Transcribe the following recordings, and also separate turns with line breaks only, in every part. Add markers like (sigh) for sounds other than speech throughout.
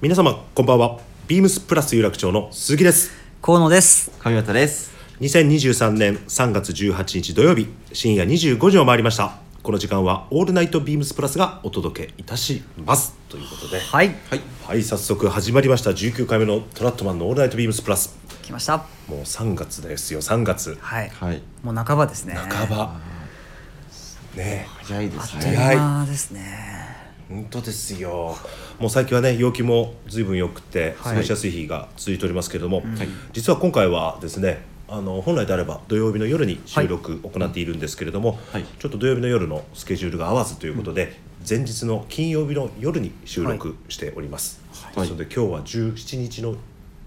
皆様こんばんはビームスプラス有楽町の鈴木です
河野です
神本です
2023年3月18日土曜日深夜25時を回りましたこの時間はオールナイトビームスプラスがお届けいたしますということでは
はい
はい
い早速始まりました19回目のトラットマンのオールナイトビームスプラス
来ました
もう3月ですよ3月
はい、
はい
もう半ばですね
半ばねえ
早いです
あっという
ね
間ですね
本当ですよもう最近はね陽気も随分良くて
はい
過ごしやすい日が続いておりますけれども、実は今回はですねあの本来であれば土曜日の夜に収録を行っているんですけれども、
はい
ちょっと土曜日の夜のスケジュールが合わずということで、前日の金曜日の夜に収録しております、
はい
それで今日は17日の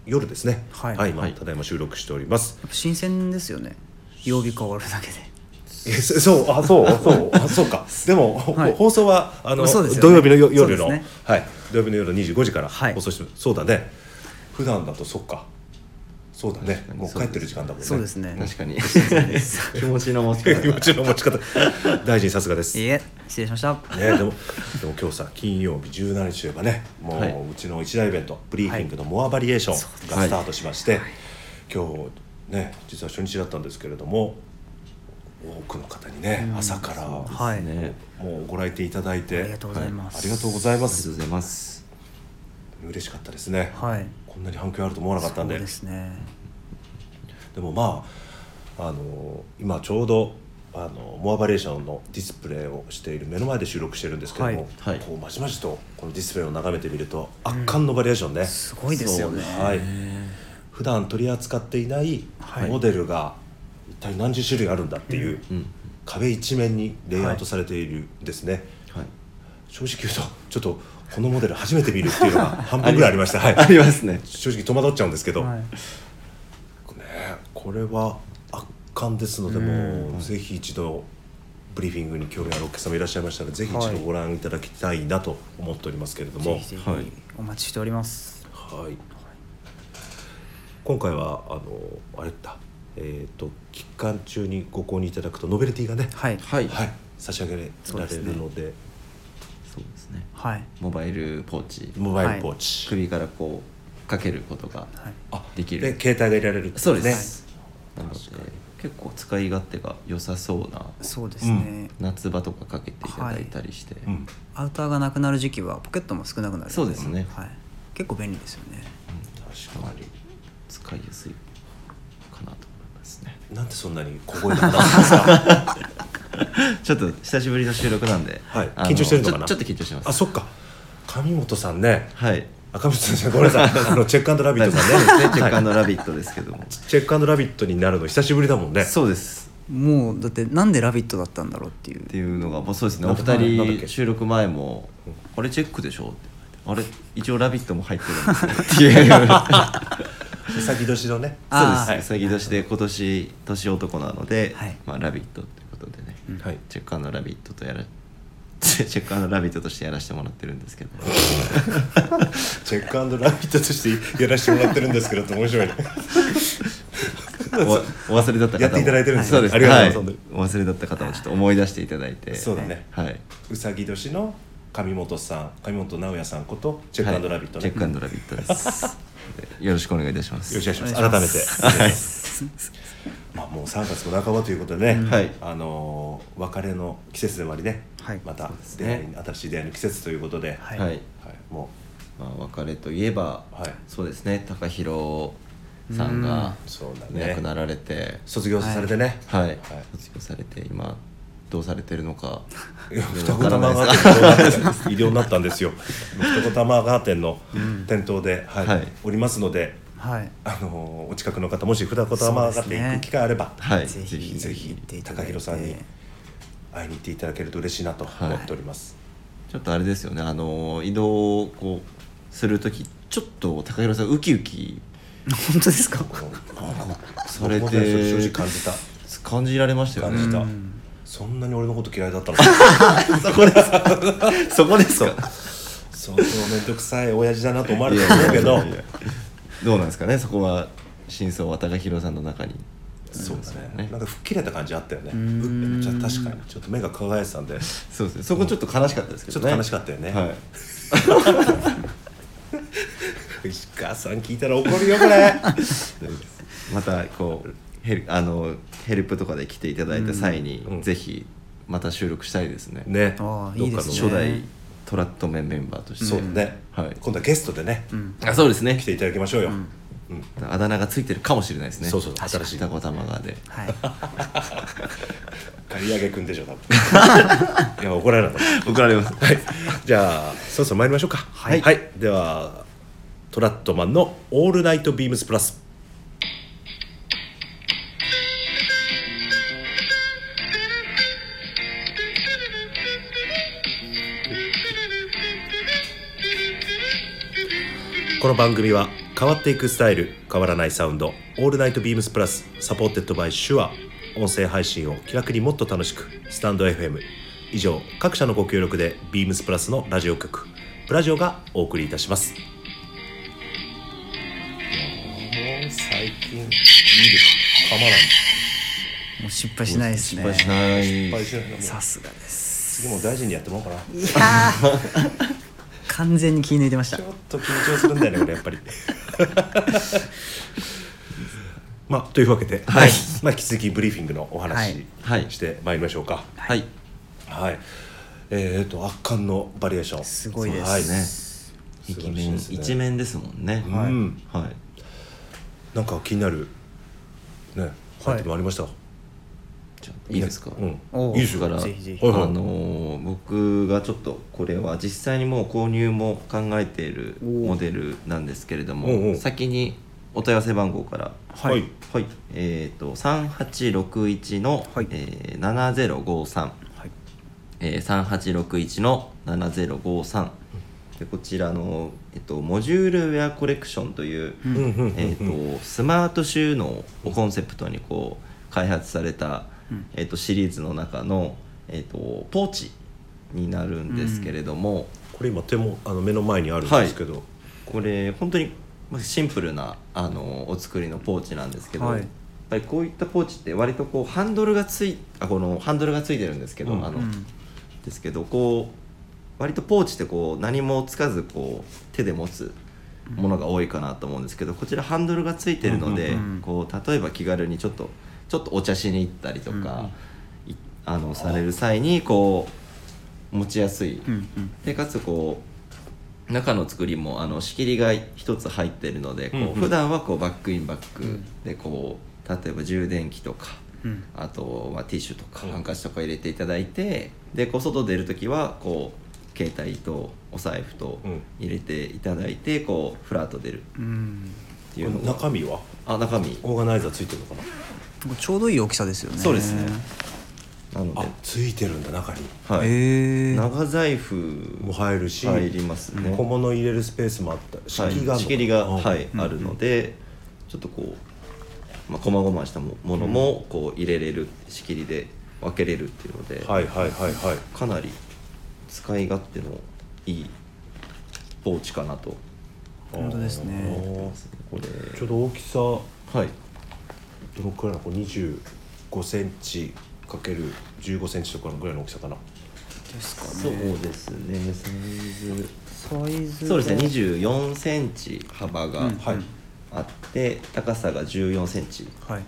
夜ですね
はい
はい、今
はい
ただいま収録しております、
やっぱ新鮮ですよね曜日変わるだけで
えそそうあそうそうあそう
(laughs)
かでも、ほ
はい
放送はあの、
そうですよね
土曜日のよ夜
そ
の、
うですね
はい土曜日の夜25時から
はい
放送して、そうだね普段だとそっかそうだね
確かに
もう帰ってる時間だもんね
そうですね
確かに (laughs) 気持ちの持ち (laughs)
(laughs)
方
気持ちの持ち方大臣さすがです
いい
ね
え失礼しました
でもでも今日さ金曜日17日といえばねもう、
はいう
ちの一大イベントブリーフィングのモアバリエーショ
そうで
ン
す
がスタートしまして、今日ね実は初日だったんですけれども多くの方にね、朝から、
はい、
ね
もうご来店いただいて
ありがとうございます
はありがとうございま
ありがとう
す
ございます
嬉しかったですね、
はい
こんなに反響あると思わなかったんで
そう
で
ですね
もまああの今ちょうどあのモアバリエーションのディスプレイをしている目の前で収録してるんですけども、
はいはい
こうまじまじとこのディスプレイを眺めてみると圧巻のバリエーションね、
すごいですよね
はい、普段取り扱っていない
はい
モデルが一体何十種類あるんだっていう、
うん
壁一面にレイアウトされているですね、
はい
正直言うとちょっとこのモデル初めて見るっていうのが半分ぐらいありました、は
あ
い、
りますね
正直戸惑っちゃうんですけど、
はい
ね、これは圧巻ですのでもうぜひ一度ブリーフィングに興味あるお客様いらっしゃいましたらぜひ一
は
度
い
ご覧いただきたいなと思っておりますけれども、
ぜ
はい
ひぜひ
はい
お待ちしております、
今回はあのあれだ、えー、と期間中にご購入いただくとノベルティがね、
はいはい、
はい
はい差し上げられるので
そうですねモバイルポーチ
モバイルポーチ、
首からこうかけることが
はい
あ
できる
で携帯がいられるって
そう
こと
ですなので結構使い勝手が良さそうな
そうですね、
夏場とかかけていただいたりして
ね、うん
アウターがなくなる時期はポケットも少なくなる
そうですね
はい、結構便利ですよね
確かに
使いやすいかなと思いますね
なんでそんなに小声で話すんですか
(laughs) ちょっと久しぶりの収録なんで、
はい
あ
緊張してるのかな
ちょちょっと緊張してま
あ
す
そっか上本さんね
はい
赤本さんじゃないごめんな
(laughs)
さいあのチェックラビットさんね
そうですねチェックラビットですけど
(laughs)
も、
チェックラビットになるの久しぶりだもんね
そうです
もうだってなんで「ラビット!」だったんだろうっていう
っていうのがもうそうですね
な
お
んだ
二
なんだっけ
人収録前も「あれチェックでしょ?」ってあれ一応「ラビット!」も入ってる
(laughs)
んですよっていう
う先年のね
あー
そうですうさぎ年で今年年男なので「
はい
まあ、ラビット!」ということでね、
はい
チェックラビットとやら (laughs) チェックラビットとしてやらせてもらってる
(laughs)
んですけど
チェックラビットとしてやらせてもらってるんですけどって面白いね
(laughs) おお忘れだった方も
やっていただいてるんですね
そうです
ありがとうござい
は
ます
い、お忘れだった方もちょっと思い出していただいて
そうだね
はい、
(laughs) うさぎ年の上本さん上本直哉さんことチェックラビット
チ
ね、
ェックラビッ
(laughs)
トです。よろしくお願いいたします。
よろしくお願いします
お願いし
改
ま
め
す
て
はい、
まあ、もう3月も半ばということでね、
はい
あのー別れの季節でもありね、
はい
また
そうです
出
ね
会い、新しい出会いの季節ということで、
はい
はい、
はい、も
まあ、別れといえば、
はい
そうですね、高弘さんが
うそうだね
亡くなられて。
卒業されてね、
はい、
はい
卒業されて、今、どうされてるのか。
いや (laughs) 二
わ
子
からな
玉
い
川
です
店の
(laughs)
医療になったんですよ二子玉川店の店頭で、はい
はい
おりますので、
はい
あのーお近くの方もし二子玉川
そうで
店
すね
行く機会あれば、
はい、
ぜ
ぜ
ひ
ひ、
ぜ
行
ひ
っていただ
高
いて
弘さんに会いに行っていただけると嬉しいなと思っております、
ちょっとあれですよね、あの、移動をこう、する時、ちょっと高弘さん、ウキウキ。
本当ですか
(laughs) されて
僕もねそれ正直感じた
感じられましたよ
感じ
ね。
た、
うん
そんなに俺のこと嫌いだったのか (laughs)
そこですか。 (laughs) そこですか。
相当面倒くさい親父だなと思われたと思うけど
いやいやいやいやどうなんですかねそこは真相は高弘さんの中に
そうだ
ありますよ
ねなんか吹っ切れた感じあったよね
ん
うっじゃあ確かにちょっと目が輝いてたんで
そうですねそこちょっと悲しかったですけ
ちょ
ど
っ
ね
と悲しかったよね、
はい
石川さん聞いたら怒るよこれ
またこうヘルあのヘルプとかで来ていただいた際に、
うん
ぜひまた収録したいですね
ね
ああ
どっかの
いいです
初
ね
代トラットメンメンバーとして、
そうだね、
うんはい
今度はゲストでね、
うん
あそうですね
来ていただきましょうよ、
ん
うん
あだ名がついてるかもしれないですね
そうそう
確かに
新しい
タコ玉川で
はい
刈り上げくんでしょ多分いや怒られなかった
怒られます
はい、じゃあそろそろ参りましょうか
はい
ではトラットマンの「オールナイトビームスプラス」この番組は変わっていくスタイル変わらないサウンド「オールナイトビームスプラス」サポーテッドバイシュア音声配信を気楽にもっと楽しくスタンド FM 以上各社のご協力でビームスプラスのラジオ局プラジオがお送りいたします最近いいですかまない
もう失敗しないですね
失敗しない
しない
さすが
(laughs)
です
次も大臣にやってもらおうかない
やー完全に気抜いてました
ちょっと緊張するんだよねこれやっぱり (laughs) まあというわけで、
はい
まあ、引き続きブリーフィングのお話、
はいはい
してまいりましょうか
はい
はいえっ、と圧巻のバリエーション
すごいです
は
ね
晴らし
一
い
面
ですね
一面ですもんね
はい
はい、
なんか気になるねアイテムありました、
じゃあいいですか、
うん
おう
いいです
だ
よ
から
ぜひぜひ
はいはい
あのー僕がちょっとこれは実際にもう購入も考えている
おー
モデルなんですけれど
おうお
も
う
先にお問い合わせ番号から
はい
はいえっ、と3861の、
はい
えー、7053
はい
えー、3861の7053でこちらの、えっと、モジュールウェアコレクションという、
うん
うんうんうん
えっと、スマート収納をコンセプトにこう開発された、
うん
えっと、シリーズの中の、えっと、ポーチになるんですけれども、
これ今手もあの目の前にあるんですけど、
これ本当にまあシンプルなあのお作りのポーチなんですけど、
はい
やっぱりこういったポーチって割とこうハンドルがついあこのハンドルがついてるんですけど、
うん
あの
うん
ですけどこう割とポーチってこう何もつかずこう手で持つものが多いかなと思うんですけどこちらハンドルがついてるの
う
で、
んうんうん
こう例えば気軽にちょっとちょっとお茶しに行ったりとか、いあのされる際にこう持ちやすい、
うんうん
でかつこう中の作りもあの仕切りが一つ入ってるのでこう、
うんうん
普段はこうバックインバックでこう例えば充電器とか。
うん
あと、まあ、ティッシュとか
うん
ハンカチとか入れていただいて、でこう外出る時はこう携帯とお財布と
うん
入れていただいてこうフラッと出るっ
うん
ていうのが
中身は
あ中身
オーガナイザーついてるのかな
なんかちょうどいい大きさですよね
そうですねなので
あ、ついてるんだ中に
はい
へえ
長財布
も
も
入るし
入りますね、
小物入れるスペースもあった仕
はい
切りがあるのかな
仕切りが、
うん
はい
うん
あるのでちょっとこう、まあ、細々したもものもこう入れれる仕切りで分けれるっていうので、
はいはいはいはい
かなり使い勝手のいいポーチかなと
本当ですね
あ
これ
ーちょうど大きさど
はい
のくらいなのこれ2 5センチかける1 5センチとかのぐらいの大きさかな
ですか
そう
ね
ですねサ
サイ
イズ
ズが
そうですね2 4センチ幅が
うん
はい
あって、高さが1 4センチ
はい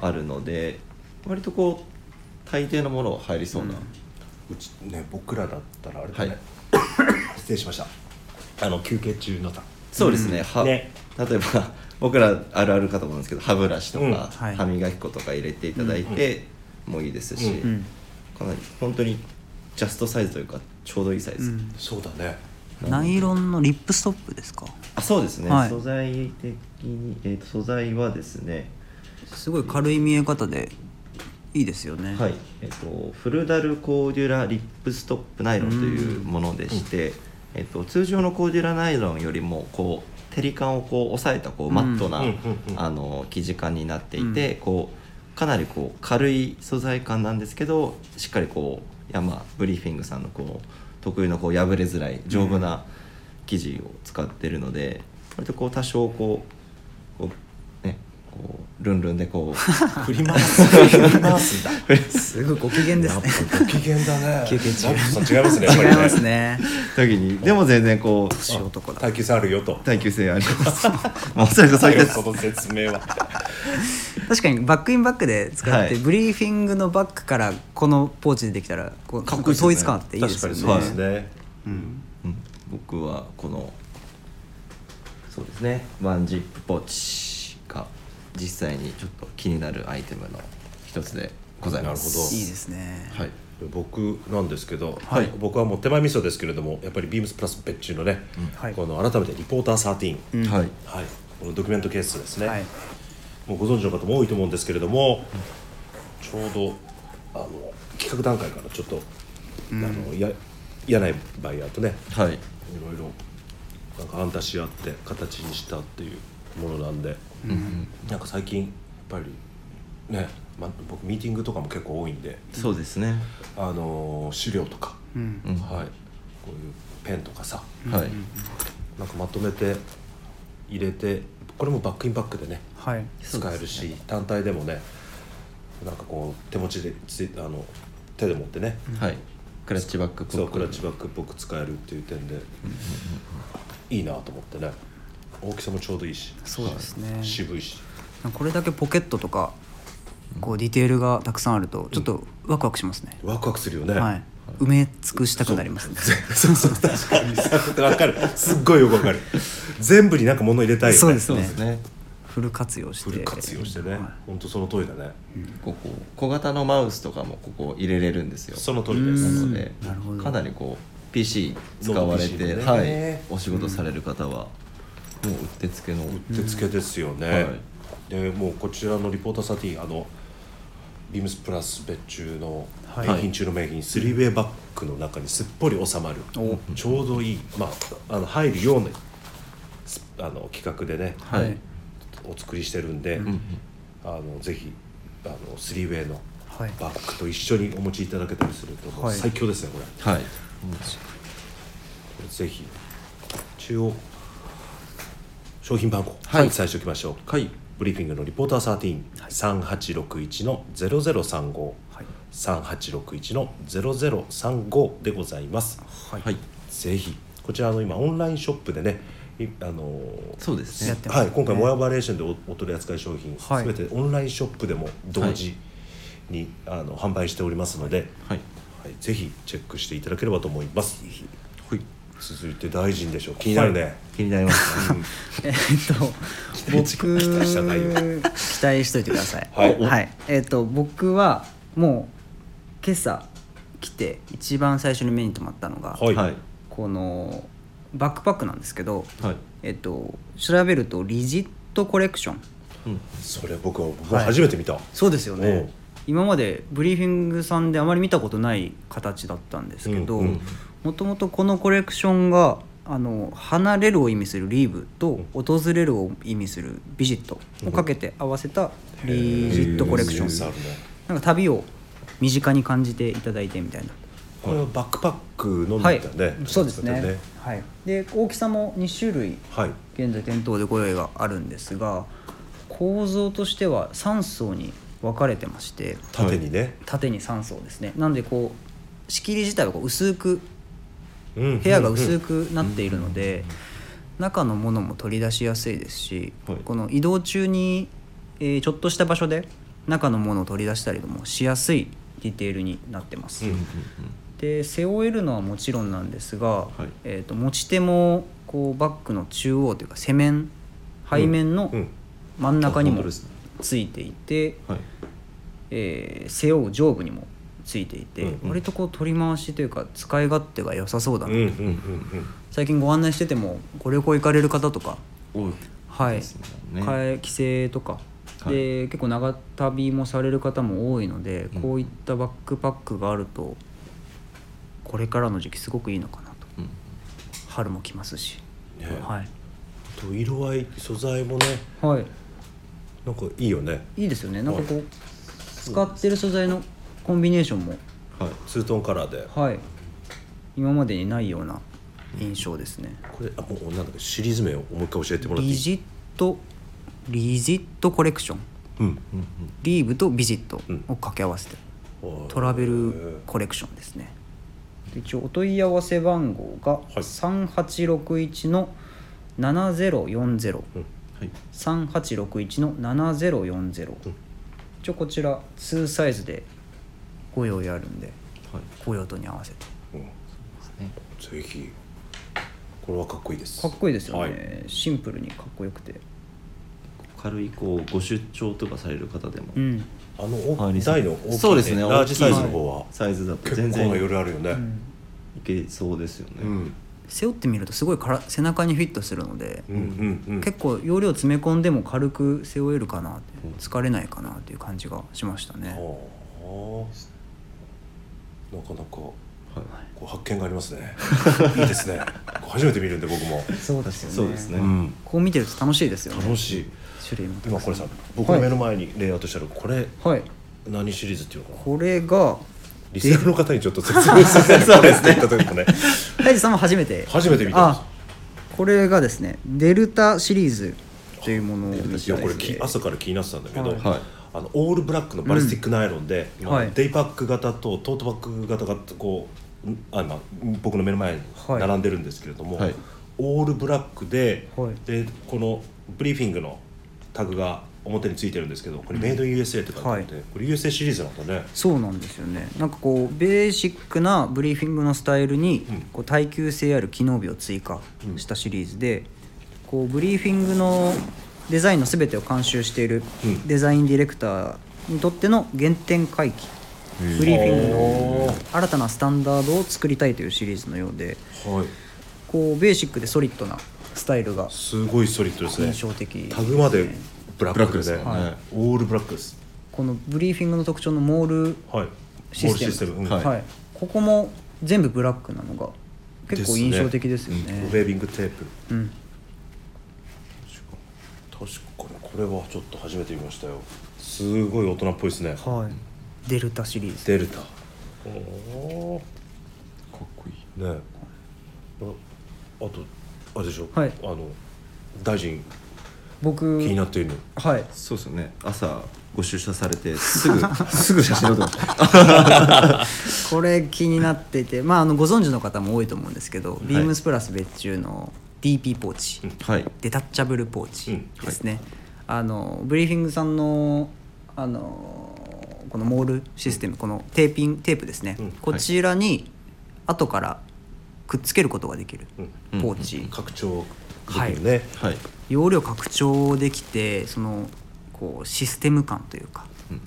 あるので割とこう大抵のものは入りそうな、
うちね僕らだったらあれだね、
はい
失礼しましたあの休憩中のさ
そうですね,、は
ね
例えば (laughs) 僕らあるあるかと思うんですけど歯ブラシとか、
うん
はい
歯磨き粉とか入れていただいてもいいですし、
う
うん
かなり本当にジャストサイズというかちょうどいいサイ
う
ズ、
ん
そうだね
ナイロンのリップストップですか
あそうですね、
はい
素材的に、えー、と素材はですね
すごい軽い見え方でいいですよね
はい、えっとフルダルコーデュラリップストップナイロンという
うん
ものでして、えっと通常のコーデュラナイロンよりもこう照り感をこう抑えたこうマットな、
うんうんうん
あの生地感になっていて、こうかなりこう軽い素材感なんですけどしっかりこう山ブリーフィングさんのこう得意のこう破れづらい丈夫な生地を使ってるので、割とこう多少こうこうねこうルンルンでこ
(laughs)
う
振り回す振り回すんだ
すごいご機嫌ですね
やっぱご機嫌だね
休憩中
マップさん違いますねやっぱり
(laughs) 違い
ね
ますね
時にでも全然こう
年男だ
耐久性あるよと
耐久性ありま
(laughs)
すまあおそらくそう
最
いっ
後
た
その説明は
確かにバックインバックで使って、
はい
ブリーフィングのバックからこのポーチでできたらこう
かっこいいですよ
統
ね
一感あっていいで
確
す
か
よ
に
ね
そうですね
うん
うん僕はこのそうですねワンジップポーチが実際にちょっと気になるアイテムの一つでございます
なるほど
いいですね
はい
僕なんですけど、
はい
僕はもう手前味噌ですけれどもやっぱりビームスプラス別注のね、
はい
この改めてリポーター13、
うん
はい
はい、このドキュメントケースですね、
はい
もうご存知の方も多いと思うんですけれども、ちょうどあの企画段階からちょっと、あのや柳井バイヤーとね
は
いろ
い
いろなんか案出し合って形にしたっていうものなんで、なんか最近やっぱりね、ま、僕ミーティングとかも結構多いんで、
そうですね
あの資料とか、
うん
うん
はい、こういうペンとかさ
はい
なんかまとめて入れてこれもバックインバックでね
はい
使えるし、単体でもねなんかこう手持ちでついあの手で持ってね、
はいクラッチバック
そうクラッチバックっぽく使えるっていう点で、いいなと思ってね大きさもちょうどいいし、
そうですね
渋いし
これだけポケットとかこうディテールがたくさんあるとちょっとワクワクしますね、
ワクワクするよね、
はい埋め尽くしたくなりますね
(laughs) そうそう確かにわかるすっごいよくわかる全部になんか物入れたいよね
そうです
そうですね
フル活用して
フル活用してね、
はい
本当その通りだね、
ここ小型のマウスとかもここ入れれるんですよ
その通りです、
なので
なるほど
かなりこう PC 使われて、
ノート PC もね
はい、お仕事される方はもううってつけの、
うってつけですよね、でもうこちらのリポーターサティあのビームスプラス別注の
はい
名品中の名品、スリーウェイバッグの中にすっぽり収まる
お
ちょうどいい、まあ、あの入るようなすあの企画でね、
はい
はい
お作りしてるんで、あのぜひあのスリーウェイの
はい
バッグと一緒にお持ちいただけたりすると、もう
はい
最強ですねこれ。
はい
これぜひ中央商品番号、
はい
最初いきましょう、
はい
ブリーフィングのリポーター13、3861の0035、
はい
3861の0035でございます
はい、
ぜひこちらの今オンラインショップでねいあのー
そうです
や
ね
ってます
はい、今回モヤバレーションでおお取り扱い商品すべ、
はい
全てオンラインショップでも同時に、あの販売しておりますので、
はい
はい、ぜひチェックしていただければと思います。
はい
続いて大臣でしょう。気になるね。
気になります、
えっ
ね、
と (laughs) 僕
期待した内容
期待しといてください
はい
えっと僕はもう今朝来て一番最初に目に留まったのが、
はい。
はい
このバックパックなんですけど、
はい
えっと調べるとリジットコレクション
うん
それ僕は僕は初めて見た。
そうですよ
おう
ね今までブリーフィングさんであまり見たことない形だったんですけど
うんうん
もともとこのコレクションがあの離れるを意味するリーブと訪れるを意味するビジットをかけて合わせたリジットコレクショ
へーセンスあ
ン
るね
なんか旅を身近に感じていただいてみたいな
これはバックパックのみた
はいい
なね。
そうです
やつだ
ね
ね
はいで大きさも2種類
はい。
現在店頭でご用意があるんですが構造としては3層に分かれてまして
縦にね。
縦に3層ですねなのでこう仕切り自体はこう薄く
うん
部屋が薄
う
くなっているので中のものも取り出しやすいですし、
はい
この移動中に、えーちょっとした場所で中のものを取り出したりもしやすいディテールになってます、
んうん
で背負えるのはもちろんなんですが、
い
えー、と持ち手もこうバッグの中央というか背面背面の
うん
真ん中に
あ
も
本当ですね
ついていて、
はい
えー背負う上部にもついていて、
うんうん
割とこう取り回しというか使い勝手が良さそうだ
う
な、
んうんうん
最近ご案内しててもご旅行行かれる方とか、
多い
はい
ですね
帰帰省とか、
はい
で結構長旅もされる方も多いので、
うん
こういったバックパックがあるとこれからの時期すごくいいのかなと
うん
春も来ますし、
うん。ね。
はい、
と色合い素材もね
はい、
なんかいいよね。
いいですよねなんかこ
は
う使ってる素材のコンビネーションも
はい
ツートンカラーで。
はい今までにないような印象ですね、
これあもうなんだっけシリーズ名をもう一回教えてもらってい
リ
い。
ジットリジットコレクション
うん
うんうん
リーブとビジット
うん
を掛け合わせて、
おー
トラベルコレクションですねで一応お問い合わせ番号が
い
3861の7040、
うん
はい
3861の7040、
うん
一応こちら2サイズでご用意あるんで
はい
ご用途に合わせて
うん
ですね
ぜひこれはかっこいいです
かっこいいですよね、
はい
シンプルにかっこよくて
軽いこうご出張とかされる方でも、
うん、
あの
はい
お
リサ
台の大きい、ね、
そうですね
ラージサイズの
大きい
方は
サイズだと
結
全
構
然
ない夜あるよね、
うん
けそうですよね、
うん
背負ってみるとすごいから背中にフィットするので、
うんうんうん
結構容量詰め込んでも軽く背負えるかなって
うん
疲れないかなっていう感じがしましたね、
構なかなかこ
は
う発見があります (laughs) ねいいですねこう初めて見るんで僕も、
そうです
い、そうですね、
うん、
こう見てると楽しいですよね
楽しい
種類もたく
今
さん
これさ僕の目の前にレイアウトしてあるこれ
はい
何シリーズっていうのかな
これが
リスナーの方にちょっと説明する (laughs) そうですね言った時もね
大地さんも初めて
初めて見たんです
あこれがですねデルタシリーズというものを見て
いやこれき朝から気になってたんだけど、
はい
はい
あのオールブラックのバリスティックナイロンで、
うん
まあ
はい
デイパック型とトートバッグ型がこうんあ今僕の目の前に
はい
並んでるんですけれども、
はい
オールブラックで,、
はい
でこのブリーフィングのタグが表についてるんですけどこれメイド USA って書いてあって、
は
これ USA シリーズなんだね。
そうなんですよねなんかこうベーシックなブリーフィングのスタイルに
うん
こう耐久性ある機能美を追加したシリーズで、こうブリーフィングのデザインの全てを監修している
うん
デザインディレクターにとっての原点回帰ブリーフィングの新たなスタンダードを作りたいというシリーズのようで
はい、
こうベーシックでソリッドなスタイルが
すごいソリッドですね
印象的
タグまでブラックで
ブラックです
ね
よねはい
オールブラックです
このブリーフィングの特徴のモール
はい
システム
ボールシステム、うん
はい
はい、ここも全部ブラックなのが結構印象的ですよね
ウェービングテープ
うん、
確かにこれはちょっと初めて見ましたよすごい大人っぽいですね
はいデルタシリーズ
デルタお
かっこいい
おねえああとあれでしょ、
はい
あの大臣
僕
気になっているの
はい
そうですよね朝ご出社されてすぐ (laughs) すぐ写真を撮って
これ気になっててまああのご存知の方も多いと思うんですけど、ビームスプラス別注の DP ポーチ、
はい
デタッチャブルポー
うん
チ
はい
ですね、あのブリーフィングさんのあのこのモールシステム、このテーピンテープですね、
うん
こちらに後からくっつけることができる
うん
ポーチ、
拡張できるね、
はい
容量拡張できてそのこうシステム感というか
うん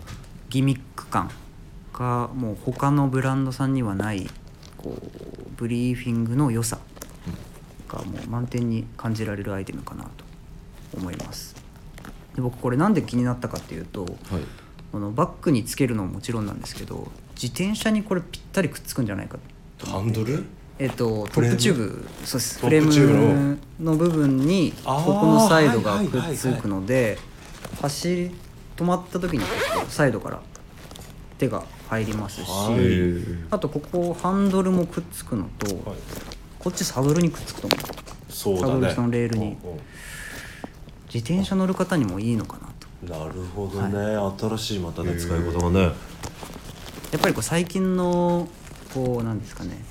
ギミック感がもう他のブランドさんにはないこうブリーフィングの良さがもう満点に感じられるアイテムかなと思いますで僕これなんで気になったかっていうと
はい
このバッグにつけるのももちろんなんですけど自転車にこれぴったりくっつくんじゃないか
ハンドル
えっと
フ
ト
レー
ッ
ム
プチューブそうです
ト
フレ
ップチューブの
ームの部分にこ
あー
このサイドが
はいはい
く
はいはい
っつくので走り止まった時にこうサイドから手が入りますし、
はい
あとここハンドルもくっつくのと、
はい
こっちサドルにくっつくと思う
そう
サ
だ
ド
ね
ルそのレールに
うんうん
自転車乗る方にもいいのかなと
なるほどね、新しいまたね使い方がね
やっぱりこう最近のこうなんですかね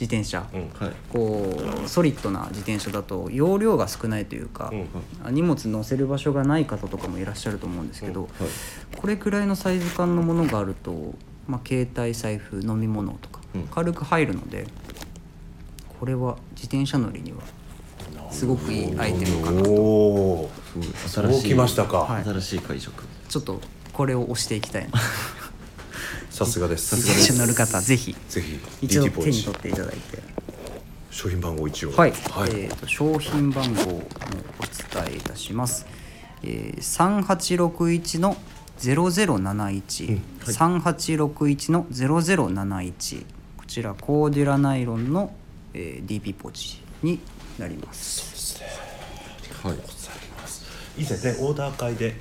自転車、
うん
はい
こうソリッドな自転車だと容量が少ないというか、
うん
荷物乗せる場所がない方とかもいらっしゃると思うんですけど、これくらいのサイズ感のものがあると、まあ、携帯財布飲み物とか
うん
軽く入るので、これは自転車乗りにはすごくいいアイテムかなと
おお
すごい
そうきましたか、
はい
新しい解釈
ちょっとこれを押していきたいな
さすがです
自転車乗る方ぜひ
ぜひ
一度
DT ポ
手
ー
に
チ
取っていただいて
商品番号一応
はい、
はい、
えーと商品番号をお伝えいたします、えー、3861の0071、3861の0071こちらコーデュラナイロンの、えー DP ポーチになります
はい
以前ねオーダー会で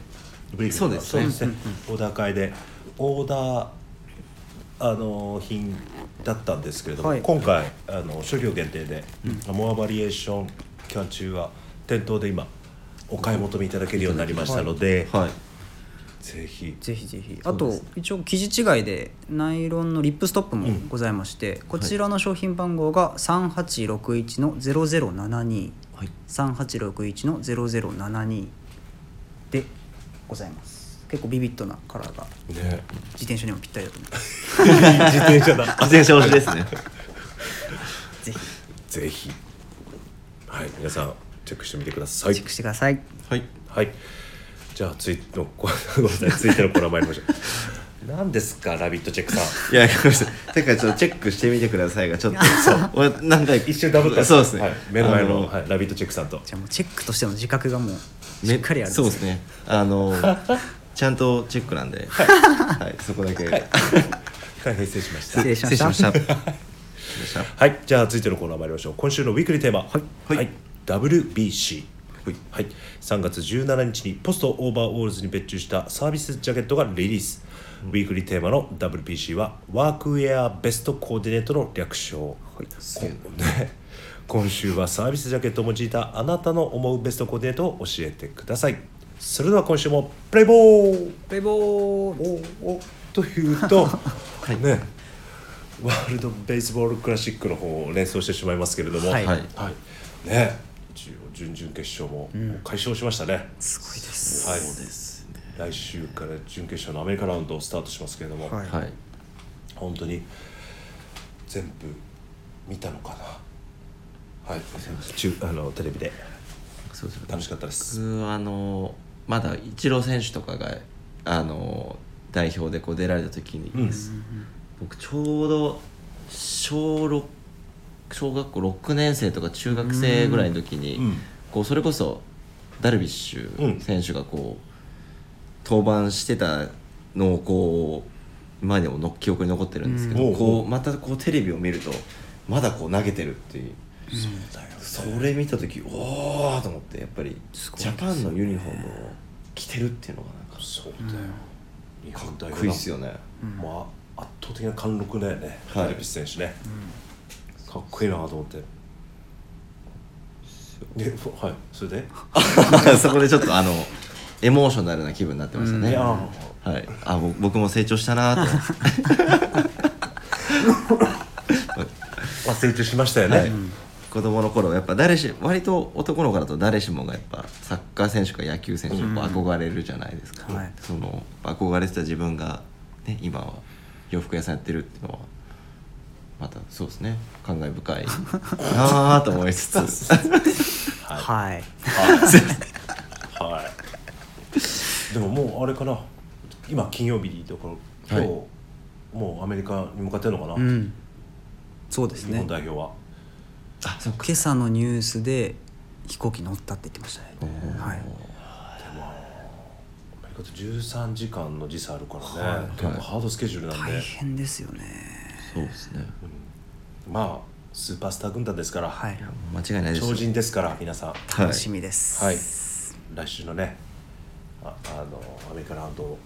ブリーフィングが
そうです
そうですねオーダー会でオーダーあの品だったんですけれども、
はい
今回あの数量限定で、モアバリエーション期間中は店頭で今お買い求めいただけるようになりましたので、
はい
ぜひ
ぜひぜひ
そ
あ
うで
と
すね
一応生地違いでナイロンのリップストップもございまして、こちらの商品番号が3861の0072、
はい
3861の0072でございます結構ビビッドなカラーが
ね
自転車にもぴったりだと思います
自転車だ
自転車推しですね
ぜひ
ぜひはい皆さんチェックしてみてください
チェックしてください
はい
はいじゃあツイッのこごめんなさいツイッターのコーナー参りましょう (laughs) 何ですかラビットチェックさん
いや、ごめんなさい。てか、ちょっとチェックしてみてくださいが、ちょっと、そう。俺、なんか、
一瞬ダブった
そうですね。
はい、目の前
あ
のはい、ラビットチェックさんと
じゃあもうチェックとしての自覚がもうし
め
っかりあるん
そうですね。あの、ちゃんとチェックなん
(laughs)
で、はい、そこだけ。
大変失礼しまし
失
た
礼しました
失礼しました。
はいじゃあ続いてのコーナー参りましょう今週のウィークリーテーマはい、
はい
WBC はい、3月17日にポストオーバーオールズに別注したサービスジャケットがリリース、ウィークリーテーマの WBC はワークウェアベストコーディネートの略称、こね今週はサービスジャケットを用いたあなたの思うベストコーディネートを教えてくださいそれでは今週もプレイボール
バイボー
おおというと、ねワールド・ベースボール・クラシックの方を連想してしまいますけれども、
はい
はい。
はいね一応準々決勝も解消しましたね、
すごいです
はい
すね。
来週から準決勝のアメリカラウンドをスタートしますけれども、
はい
はい。
本当に全部見たのかなはい中あのテレビで
そうですね。
楽しかったです、
僕あのまだイチロー選手とかがあの代表でこう出られた時に、
うん
僕ちょうど小6小学校6年生とか中学生ぐらいの時に、
うん
こうそれこそダルビッシ
うん
ュ選手がこう登板してたのをこう今でもの記憶に残ってるんですけど、
うんおうお
こ
う
うまたこうテレビを見るとまだこう投げてるっていう。それ見た時おおと思ってやっぱり
すごい
ジャパンのユニフォームを着てるっていうのがなんかか
そうだよ、日本代表
っこいい
だ
っすよね
まあ、圧倒的な貫禄だよね、
はい
ダルビッシュ選手ね、かっこいいなと思って。で、ふはい、それで、
(laughs) そこでちょっとあのエモーショナルな気分になってました
い
ね、
や
は
ー
い、あぼ僕も成長したなーって
忘れてしましたよね。
はい (laughs) 子供の頃やっぱ誰し割と男の子だと誰しもがやっぱサッカー選手か野球選手にこう憧れるじゃないですか、
はい
その憧れてた自分が、ね、今は洋服屋さんやってるっていうのはまたそうですね感慨深いなあと思いつ (laughs) つ
はい
はい。はい。でも、もうあれかな、今金曜日だから、今
は
日、
い
もうアメリカに向かってるのかな、
うんそうです
日
ね
本代表は。
あそっか
今朝のニュースで飛行機乗ったって言ってましたね
おー
はい
アメリカと13時間の時差あるからね、結構ハードスケジュールなんで、
大変ですよね
そうですね
まあスーパースター軍団ですから、
はい
間違いないです
超人ですから皆さん
はい
楽しみです
はい来週のねああのアメリカラウンド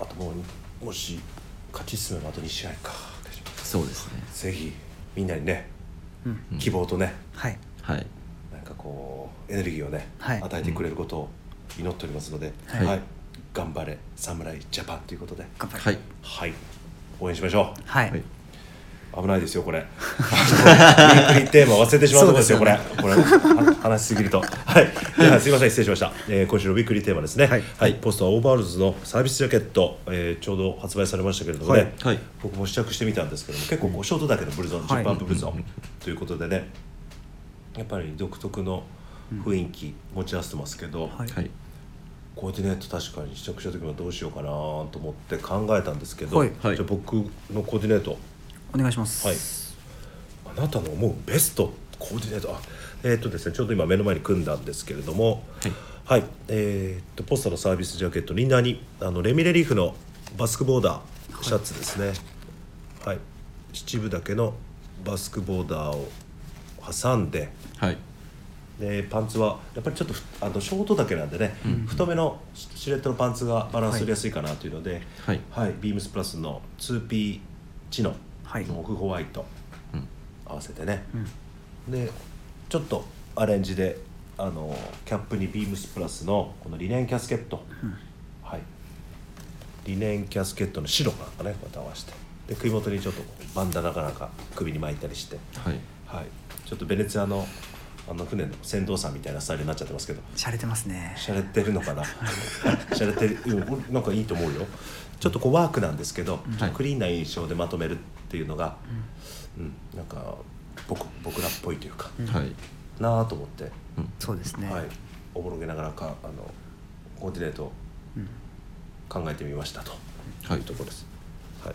あともうもし勝ち進めばあと2試合か
そうですね
ぜひみんなにね、
うん
希望とね
はい
はい
なんかこうエネルギーをね、
はい
与えてくれることを祈っておりますので、
はい
頑張れ侍ジャパンということで
乾杯
はい
はい応援しましょ
はい、
はい
う危ないですよこれウィークリーテーマ忘れてしまうとこですよ
そうです
これこれは話しすぎるとはいではすいません失礼しました、えー今週のウィークリーテーマですね
はい
はい、ポストはオーバーオールズのサービスジャケット、えーちょうど発売されましたけれどもね、
はい
はい
僕も試着してみたんですけども結構こうショートだけのブルゾン、ジップアップブルゾン、ということでねやっぱり独特の雰囲気持ち合わせてますけど、
はい
はい
コーディネート確かに試着した時もどうしようかなと思って考えたんですけど、
はい
はい
じゃあ僕のコーディネート
お願いします
はいあなたの思うベストコーディネートあえーっとですねちょうど今目の前に組んだんですけれどもはい、えーっとポスタのサービスジャケットのインナーにあのレミレリーフのバスクボーダーシャツですねはい、七分だけのバスクボーダーを挟んで
はい
でパンツはやっぱりちょっとふあのショートだけなんでね、太めのシシルエットのパンツがバランス取りやすいかなというので、
はい
ビームスプラスの 2P チノ
はい
のオフホワイト
うん
合わせてね、でちょっとアレンジであのキャップにビームスプラスのこのリネンキャスケット、はいリネンキャスケットの白なんかねこうやって合わせてで首元にちょっとこうバンダナかなんか首に巻いたりして、
はい
はい、ちょっとベネツィアのあの船の船頭さんみたいなスタイルになっちゃってますけど
しゃれてますね
しゃれてるのかなしゃれてるうんなんかいいと思うよちょっとこうワークなんですけど、ちょっとクリーンな印象でまとめるっていうのが、うんなんか僕僕らっぽいというか、
はい
なあと思って、
うん
そうですね、
はい、おぼろげながらかあのコーディネートを
うん
考えてみましたと
はい
いうところです、はい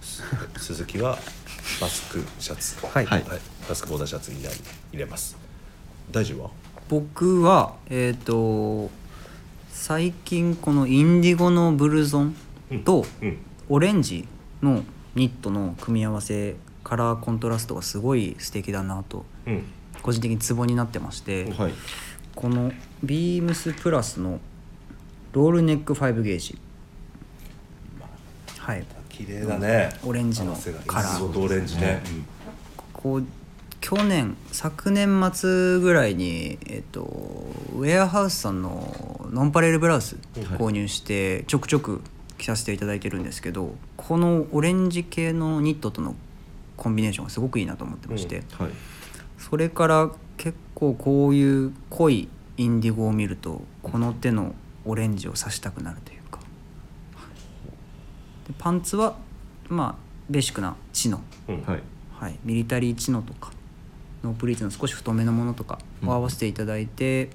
す鈴木はマスクシャツ
はい
は
はいい
マスクボーダーシャツに入れ入れます大臣は
僕はえっ、と最近このインディゴのブルゾンと
うん
オレンジのニットの組み合わせカラーコントラストがすごい素敵だなと
うん
個人的にツボになってまして、
はい
このビームスプラスのロールネック5ゲージはい
綺麗だね
オレンジのカラー
水とオレンジね
こう去年昨年末ぐらいに、えっと、ウェアハウスさんのノンパレルブラウス購入してちょくちょく着させていただいてるんですけどこのオレンジ系のニットとのコンビネーションがすごくいいなと思ってまして、
うん
はい
それから結構こういう濃いインディゴを見るとこの手のオレンジを指したくなるというかでパンツはまあベーシックなチノ
うんうん
はい
はい、ミリタリーチノとかノープリーツの少し太めのものとかを合わせていただいて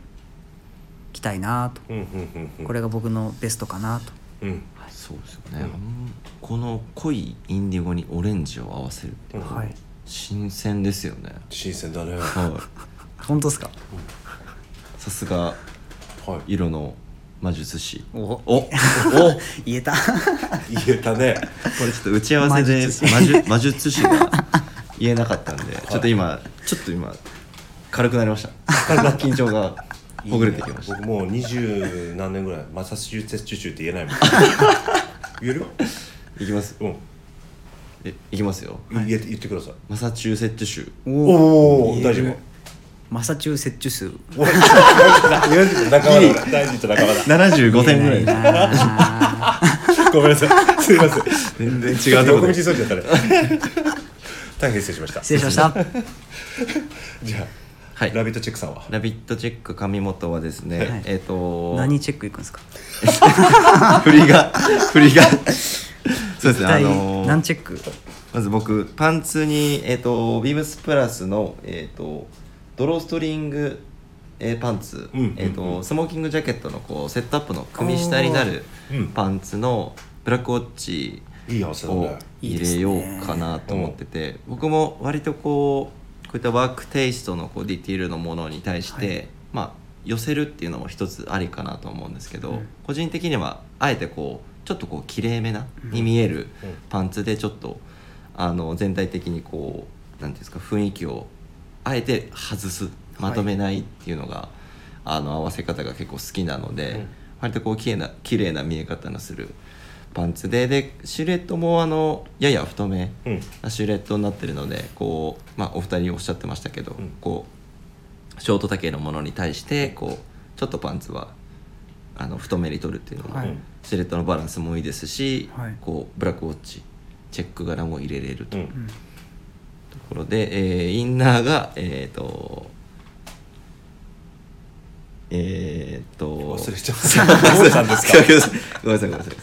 着たいなと、
うんうんうんうん
これが僕のベストかなと
うん
そうですよね、
うん
この濃いインディゴにオレンジを合わせるって
うん
はい
新鮮ですよね
新鮮だねは
はい
本当ですか
さすが
い
色の魔術師
お
お (laughs) お
言えた
言えたね
これちょっと打ち合わせで
魔術師
魔術魔術師が言えなかったんで、ちょっと今ちょっと今軽くなりました緊張がほぐれてきました
いいね僕もう二十何年ぐらいマサチューセッツ州って言えないもん言える
いきます
うん
えいきますよ
言えて言ってください
マサチューセッツ州
おお
言える
大丈夫
マサチューセッチュス
おい大臣と仲間だ大臣と仲間だ
75点ぐらい
言えないな
ごめんなさ
(laughs)
いすいません
全然
ちょ
違
っ
う
と
と
横
こ
道
ろで
にそれちゃったね大変失礼しま
(laughs)
した
失礼しました
じゃあ
は
ラ
い
ビットチェックさんは
ラビットチェック神本はですね、
い
えっ、と
何チェックいくんですか
振りが振り (laughs) がそうですねあの
何チェック
まず僕パンツにえっ、とビームスプラスのえっ、とドローストリング、えーパンツ、
うんうんうん
えっ、とスモーキングジャケットのこうセットアップの組下になる
おーうん
パンツのブラックウォッチ
いい合わせだ
を
ね
入れようかなと思ってて、僕も割とこうこういったワークテイストのこうディティールのものに対して、まあ寄せるっていうのも一つありかなと思うんですけど、
うん
個人的にはあえてこうちょっとこう綺麗めなに見える
うん
パンツでちょっとあの全体的にこうなんていうんですか雰囲気をあえて外すまとめないっていうのが、あの合わせ方が結構好きなので、
うん
割とこう綺麗な綺麗な見え方のするパンツででシルエットもあのやや太め
うん
なシルエットになってるのでこう、まあ、お二人おっしゃってましたけど、
うん
こうショート丈のものに対してこうちょっとパンツはあの太めに取るっていうのも、
はい
シルエットのバランスもいいですし、
はい
こうブラックウォッチチェック柄も入れれると
う
いうんところで、えーインナーがえっ、とえっ、と
忘れちゃったどうしたんですか
(laughs) ごめんなさいごめんなさい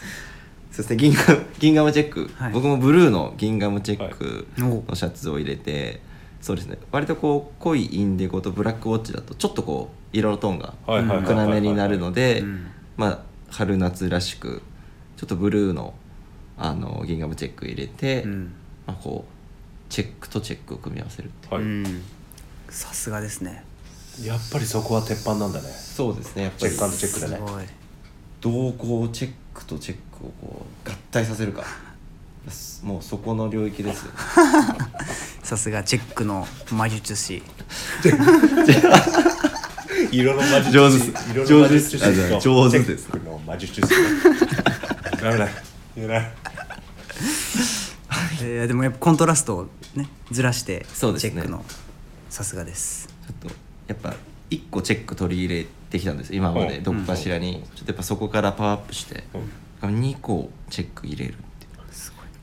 そして銀河銀ガムチェック、
はい
僕もブルーの銀ガムチェック
はいお
のシャツを入れて、そうですね割とこう濃いインディゴとブラックウォッチだとちょっとこう色のトーンが
はいはいはいはい
暗めになるので
うん
まあ春夏らしくちょっとブルーのあの銀ガムチェック入れて、
うん
まあ、こうチェックとチェックを組み合わせるっていう
は
うんさすがですね
いやっぱりそこは鉄板なんだね
そうですねやっぱ
チェ
り
ックアンドチェックだね
すごい
どうこうチェックとチェックをこう合体させるかもうそこの領域です (laughs) よね
さすがチェックの魔術師 (laughs)
色の魔術師
上手で
色の魔術
す
師
上手ですあじゃあ上手です
チェックの魔術師ダメだ言えない
いやでもやっぱコントラストをねずらしてチ
そう
ェ
ですね
ックのさすがです
ちょっとやっぱ一個チェック取り入れてきたんです今まで
うん
どこかしらに、ちょっとやっぱそこからパワーアップして、二2個チェック入れるって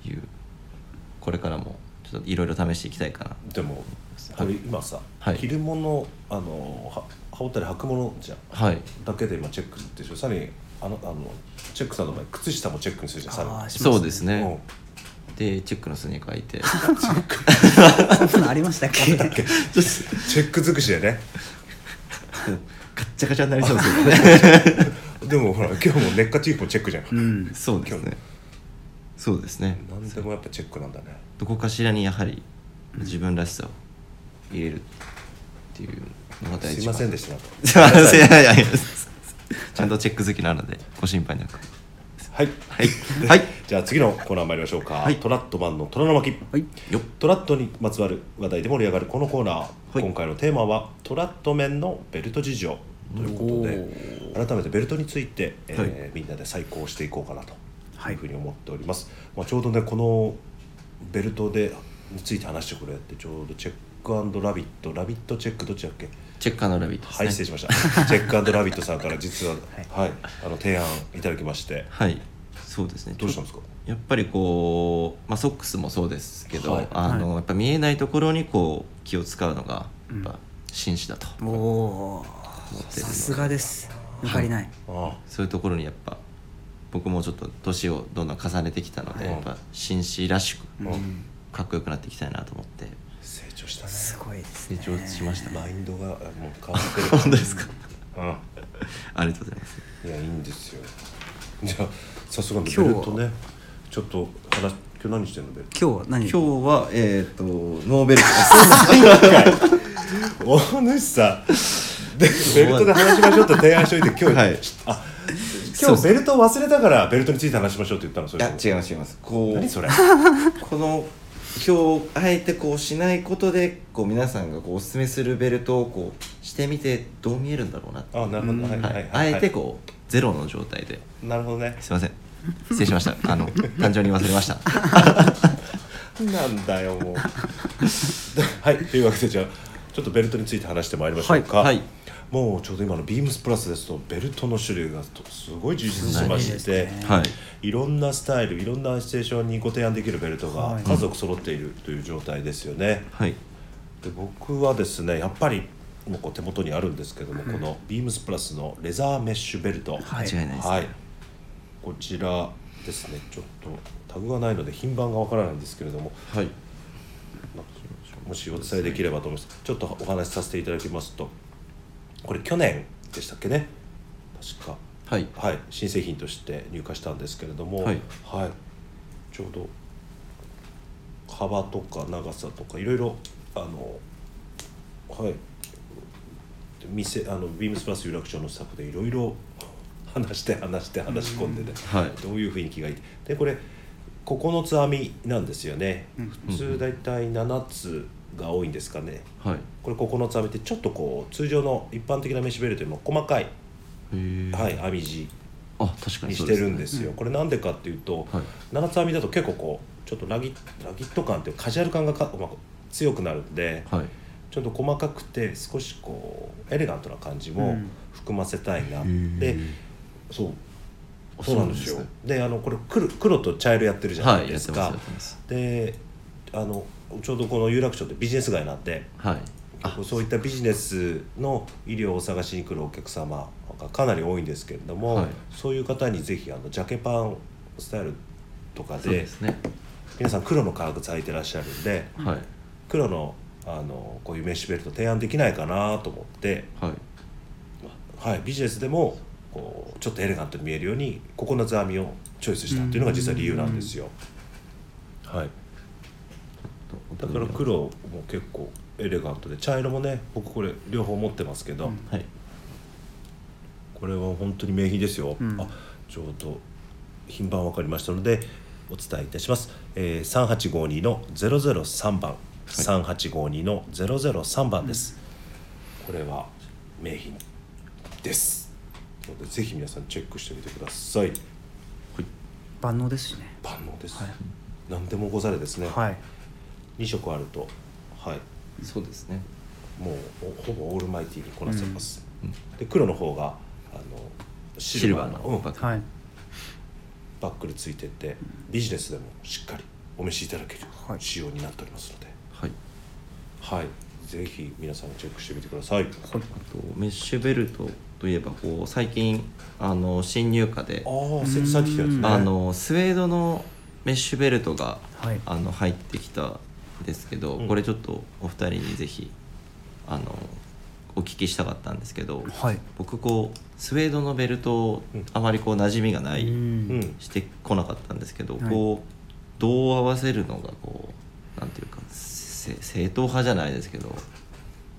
いうこれからもちょっといろいろ試していきたいかな
でもこれ今さ、
はい
着るものあのは羽織ったり履くものじゃん
はい
だけで今チェックでしょさらにあのあのチェックさんの前靴下もチェックにするじゃんさ
あ
ら
ーし
そうです
に、
ね、でチェックのスニーカーい (laughs) て
そんなのありましたっ
(laughs)
け
うんチェック尽くしでね
ガッチャガチャになりそうですよね
でもほら今日もネッカチーフもチェックじゃん、
うん
そうですねそうですね
何でもやっぱチェックなんだね
どこかしらにやはり自分らしさを入れるっていうのが大
す
事
いませんでしたなんか
すいませんいやいやいやちゃんとチェック好きなのでご心配なく
はい
はいはい
(laughs) じゃあ次のコーナー参りましょうか、
はい
トラットマンの虎の巻
はい
よっ
トラットにまつわる話題で盛り上がるこのコーナー、
い
今回のテーマはトラット面のベルト事情ということで改めてベルトについて、えー
はい
みんなで再考していこうかなと
はい
いうふうに思っております、まあ、ちょうどねこのベルトでについて話してくれってちょうどチェックラビットラビットチェックどっちだっけ
チェッカーのラビット
はい
です
失礼
ね
しました (laughs) チェックラビットさんから
(laughs)
実は、はいあの提案いただきまして
はいそうですね
どうしたんですか
やっぱりこう、まあ、ソックスもそうですけど、
はい
あの
はい
やっぱ見えないところにこう気を使うのがや
ん
っぱ紳士だと、
おお
ってるの
さすがです抜かりない
あ
そういうところにやっぱ僕もちょっと年をどんどん重ねてきたので、
うん
やっぱ紳士らしく
あ、
うん
かっこよくなっていきたいなと思って
成長したね
すごいです
成
ね
長しました、
マインドがもう変わってる
(laughs) 本当ですか
う
ありがとうございます
んいやいいんですよじゃあ早速ベ
今日は
ルトねちょっと話今日何してんのベル
今日は何
今日はえっ、とノーベルトです (laughs)
トお主さんでベルトで話しましょうって提案しといて今日、
はい
あ
そう
今
で
日
す
ベルト忘れたからベルトについて話しましょうって言ったのそ
い
れ
や違います違いますこう
何それ
この今日あえてこうしないことでこう皆さんがこうおすすめするベルトをこうしてみてどう見えるんだろうなって
あなるほど、はい
は
はいいはい、
あえてこうゼロの状態で
うなるほどね
すいません失礼しましたあ (laughs) の単純に忘れました
なんだよもうはいというわけでじゃあちょっとベルトについて話してまいりましょうか、
はいはい
もうちょうど今のビームスプラスですとベルトの種類がすごい充実しまし
すごい
て、
ですね
はい
いろんなスタイルいろんなシチュエーションにご提案できるベルト
は
が
い
家族揃っているという状態ですよね、
はい
で僕はですねやっぱりもうこう手元にあるんですけども、このビームスプラスのレザーメッシュベルト、
は
間違いないです、
はい、こちらですねちょっとタグがないので品番がわからないんですけれども
はい
もしお伝えできればと思いますちょっとお話しさせていただきますとこれ去年でしたっけね確か
はい
はい、新製品として入荷したんですけれども、
はい
はいちょうど幅とか長さとかいろいろあのはい店あのビームスプラス有楽町のスタッフでいろいろ話して話して話し込んでね、
はい
どういう雰囲気がいいでこれ9つ編みなんですよね、普通大体7つが多いんですかね
はい
これ9つ編みってちょっとこう通常の一般的なメッシュベルトよりも細かい、
へー
はい、編み地
あ確かに
にし
そう
て
です、
るんですよ。これなんでかっていうと、
はい
七つ編みだと結構こうちょっとラギラギット感っていうかカジュアル感がか、まあ、強くなるんで、
はい
ちょっと細かくて少しこうエレガントな感じも含ませたいな。
んへ
で
ー、
そう。
あ
そうなんです
そう
よ
なんで。
で、あのこれ黒黒と茶色やってるじゃ
は
ない
い
で
やってま
す
すや
か。
ってます
で、あのちょうどこの有楽町ってビジネス街なんで。
はい
結構そういったビジネスの医療を探しに来るお客様がかなり多いんですけれども、
はい
そういう方にぜひあのジャケパンスタイルとか
そう
で
ですね
皆さん黒の革靴履いてらっしゃるんで
はい
黒のあのこういうメッシュベルト提案できないかなと思って、
はい
はい、ビジネスでもこうちょっとエレガントに見えるようにココナッツ編みをチョイスしたっていうのが実は理由なんですよ。はい、だから黒も結構エレガントで茶色もね僕これ両方持ってますけど。
はい
これは本当に名品ですよ、
うん
あちょうど品番分かりましたのでお伝えいたします、えー、3852の003番、3852の003番です、これは名品ですのでぜひ皆さんチェックしてみてください
万能ですしね
万能です、
はい
何でもござれですね、
はい
二2色あるとはい
そうですね
もうおほぼオールマイティーにこなせます、で黒の方があのシ
シ
ルバ
ルバ
ー
ー
の
の
うん
バッグ、
はい
バッグについてってビジネスでもしっかりお召しいただける
はい
仕様になっておりますので、
はい、
はい、ぜひ皆さんチェックしてみてください。
はい
あとメッシュベルトといえばこう最近あの新入荷で
ああ、セットされてきたやつね。
あのスウェードのメッシュベルトが、
はい
あの入ってきたんですけど、
うん
これちょっとお二人にぜひあのお聞きしたかったんですけど、
はい
僕こうスウェードのベルト
うん
あまりこう馴染みがない、
うん
うん、
してこなかったんですけど、
はい
こうどう合わせるのがこうなんていうかせ正統派じゃないですけど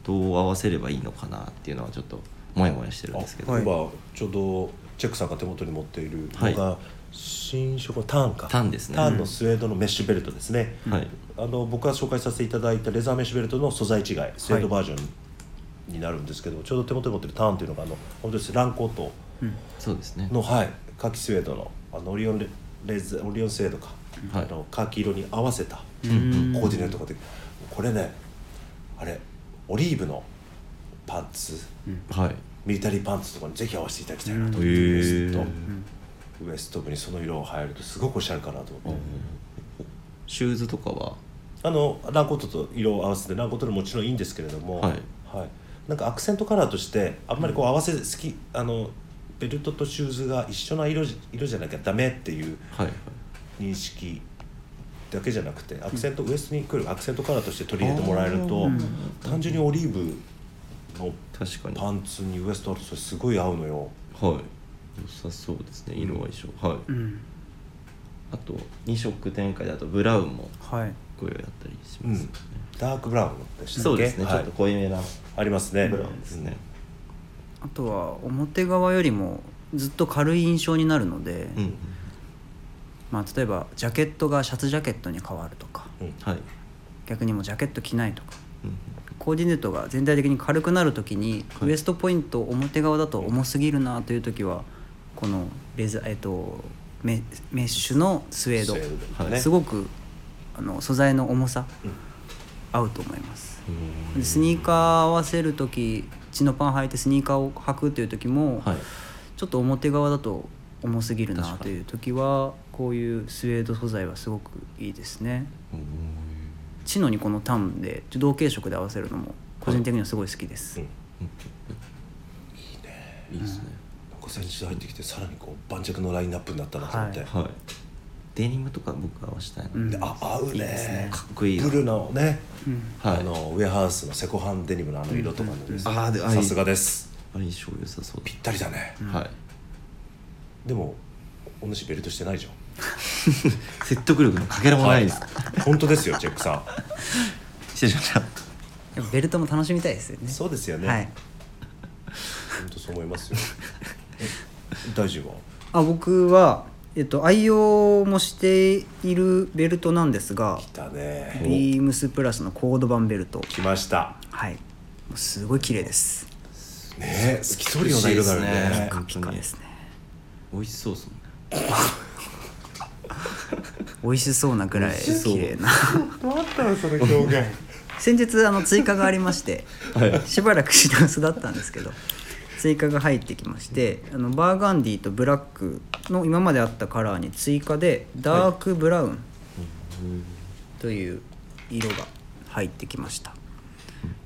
どう合わせればいいのかなっていうのはちょっとモヤモヤしてるんですけど、
あ今ちょうどチェックさんが手元に持っているのが、新色のターンか
タンですね
タンのスウェードのメッシュベルトですね、
はい
あの僕が紹介させていただいたレザーメッシュベルトの素材違いスウェードバージョンになるんですけど、ちょうど手元に持っているターンというのがあの本当にスランコート
うん
そうですね
の、はい、カキスウェードのあのオリオンレレザオリオンスウェードか、
はい
あのカーキ色に合わせた
う
コ
ん
ーディネートができる、これねあれオリーブのパンツ
はい
ミリタリーパンツとかにぜひ合わせていただきたいなと、ウ
へ
エスト
ー
ウエスト部にその色を入るとすごくおしゃれかなと思って、
シューズとかは
あのランコートと色を合わせてランコートでももちろんいいんですけれども、
はい
はいなんかアクセントカラーとしてあんまりこう合わせ好き、あのベルトとシューズが一緒な色じ色じゃなきゃダメっていう
はいはい
認識だけじゃなくてアクセント、ウエストに来るアクセントカラーとして取り入れてもらえると
うん
単純にオリーブの
確かに
パンツにウエストあるとそれすごい合うのよ。
はい良さそうですね色は一緒、はい
うん
あと2色展開だとブラウンも
はい
ご用意あったりし
う
ます、
ん、ダークブラウンでしたっけ
そうですね、
はい
ちょっと濃いめな
ありますね
ブラウンですね、
あとは表側よりもずっと軽い印象になるので、
うん
まあ、例えばジャケットがシャツジャケットに変わるとか
うん
はい、
逆にもうジャケット着ないとか
うん
コーディネートが全体的に軽くなるときに、
はい
ウエストポイント表側だと重すぎるなという時はこのレザーえっとメメッシュのスウェード
スウェード
はい
ね
すごくあの素材の重さ、
うん
合うと思います
うん
でスニーカー合わせる時チノパン履いてスニーカーを履くという時も、
はい、
ちょっと表側だと重すぎるな
確か
と
に
いう時はこういうスウェード素材はすごくいいですねチノにこのタンで同系色で合わせるのも個人的にはすごい好きです、
うん
いいですね、
なんか先日入ってきてさらにこう盤石のラインナップになったなと思って、
は
はいデニムとか僕合わしたいな、
うん
であ合うね
いいですね
かっこいいな
ブルーのね、
うん
はい
あのウェハースのセコハンデニムのあの色とかのですね
うんうんうんあーであ
さすがです
相性良さそうだ
ぴったりだね、
はい
でもお主ベルトしてないじゃ
説得力のかけら
ん
もないです、
はい本当ですよチェックさ
失礼しました
やっぱベルトも楽しみたいですよ
ん
ね
そうですよね、
はい、
本当そう思いますよえ大臣は
あ僕は、えっと、愛用もしているベルトなんですが
だね
ビームスプラスのコード版ベルト
来ました
はいもうすごい綺麗です
ね透き通るような色だよね
美し
ピカピ
いですね
カですね
美味しそうですね
美味しそうなぐらい
美味しそう
綺麗な (laughs)
あったよその表現
先日あの追加がありましてしばらく品薄だったんですけど追加が入ってきましてあのバーガンディとブラックの今まであったカラーに追加でダークブラウンという色が入ってきました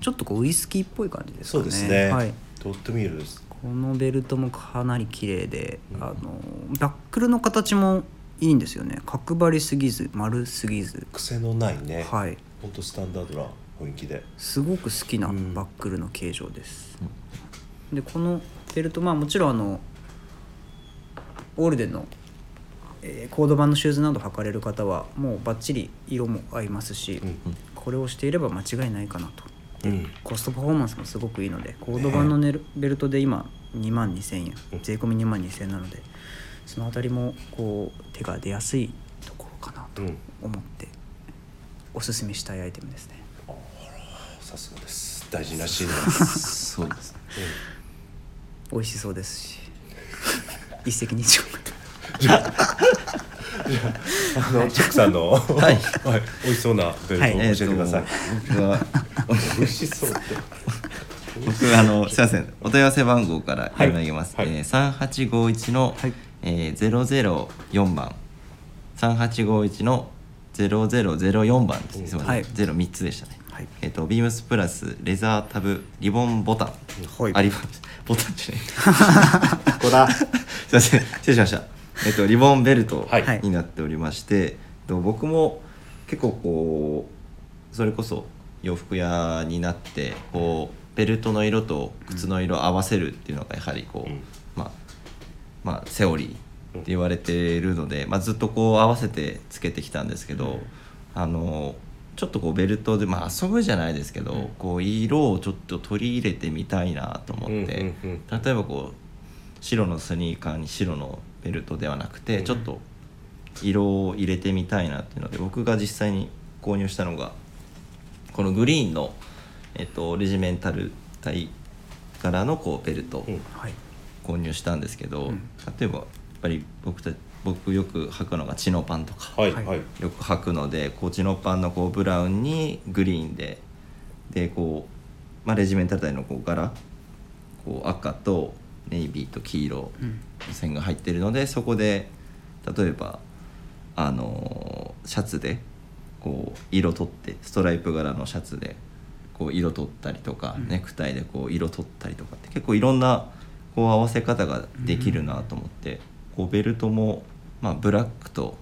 ちょっとこうウイスキーっぽい感じですか
そう
ね
ですね、
はい、
とってもいい色です
このベルトもかなり綺麗で、あのバックルの形もいいんですよね角張りすぎず丸すぎず
癖のないね、
はい
ほんとスタンダードな雰囲気で、
すごく好きなバ
ん
ックルの形状です、でこのベルトまあもちろんあのオールデンの、えーコード版のシューズなど履かれる方はもうバッチリ色も合いますし、
うん
これをしていれば間違いないかなと
うん、
コストパフォーマンスもすごくいいのでコード版のネルベルトで今2万2000円
うん
税込み2万2000円なのでそのあたりもこう手が出やすいところかなと
うん
思っておすすめしたいアイテムですね
さすがです大事なシーン
(laughs)
です、
そうですね
美味しそうですし (laughs) 一石二鳥
うん、あのチェックさんの、はい美味しそうなベルトを
はい
教えてください、
僕は
美味しそうって
僕あのすいませんお問い合わせ番号から
はい
読み上げます、
はい
えー、3851の、
はい
えー、004番3851の0004番ですすいません、
はい
ゼロ3つでしたね、
はい
えっ、とビームスプラスレザータブリボンボタン、
はい
あリボンボタンじゃない
ここだ
(laughs) すいません失礼しました、えっと、リボンベルト
はい
になっておりまして、えっと僕も結構こうそれこそ洋服屋になってこうベルトの色と靴の色を合わせるっていうのがやはりこう、
うん
まあまあセオリーって言われているので、まあ、ずっとこう合わせてつけてきたんですけど、あのちょっとこうベルトで、まあ、遊ぶじゃないですけど、こう色をちょっと取り入れてみたいなと思って、
うんうん
例えばこう白のスニーカーに白のベルトではなくて、
うん
ちょっと色を入れてみたいなっていうので僕が実際に購入したのがこのグリーンの、えっと、レジメンタル隊柄のこうベルト。
うん
はい
購入したんですけど、
うん
例えばやっぱり僕た僕よく履くのがチノパンとか、
はいは
はいい
はい
よく履くのでこうチノパンのこうブラウンにグリーンででこう、まあ、レジメンタル隊のこう柄こう赤とネイビーと黄色
うん
線が入ってるのでそこで例えばあのーシャツでこう色取ってストライプ柄のシャツでこう色取ったりとか、
うん
ネクタイでこう色取ったりとかって結構いろんなこう合わせ方ができるなと思って、こうベルトも、まあ、ブラックと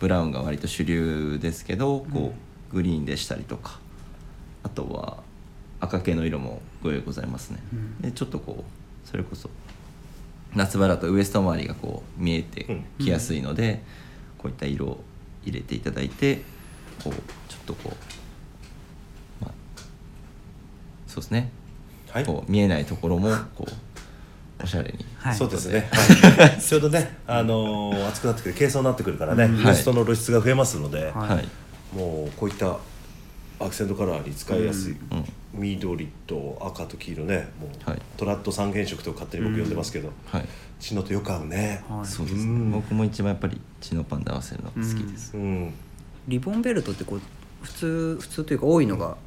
ブラウンが割と主流ですけどこうグリーンでしたりとかあとは赤系の色もご用意ございますね。
うん
でちょっとこうそれこそ夏場だとウエスト周りがこう見えてきやすいので、こういった色を入れていただいてこうちょっとこう、まあ、そうですね、
はい
こう見えないところもこうおしゃれに、
はい
そうですね、はい、ちょうどね、あのー暑くなってくる軽装になってくるからね、
うん
ウエストの露出が増えますので、
はい
はい
もうこういったアクセントカラーに使いやすい、
うん
緑と赤と黄色ねもう、
はい
トラッド三原色と勝手に僕呼んでますけど、
はい
チノとよく合うね、
はい
そうですね、
うん
僕も一番やっぱりチノパンで合わせるの好きです、
うん
リボンベルトってこう普通普通というか多いのが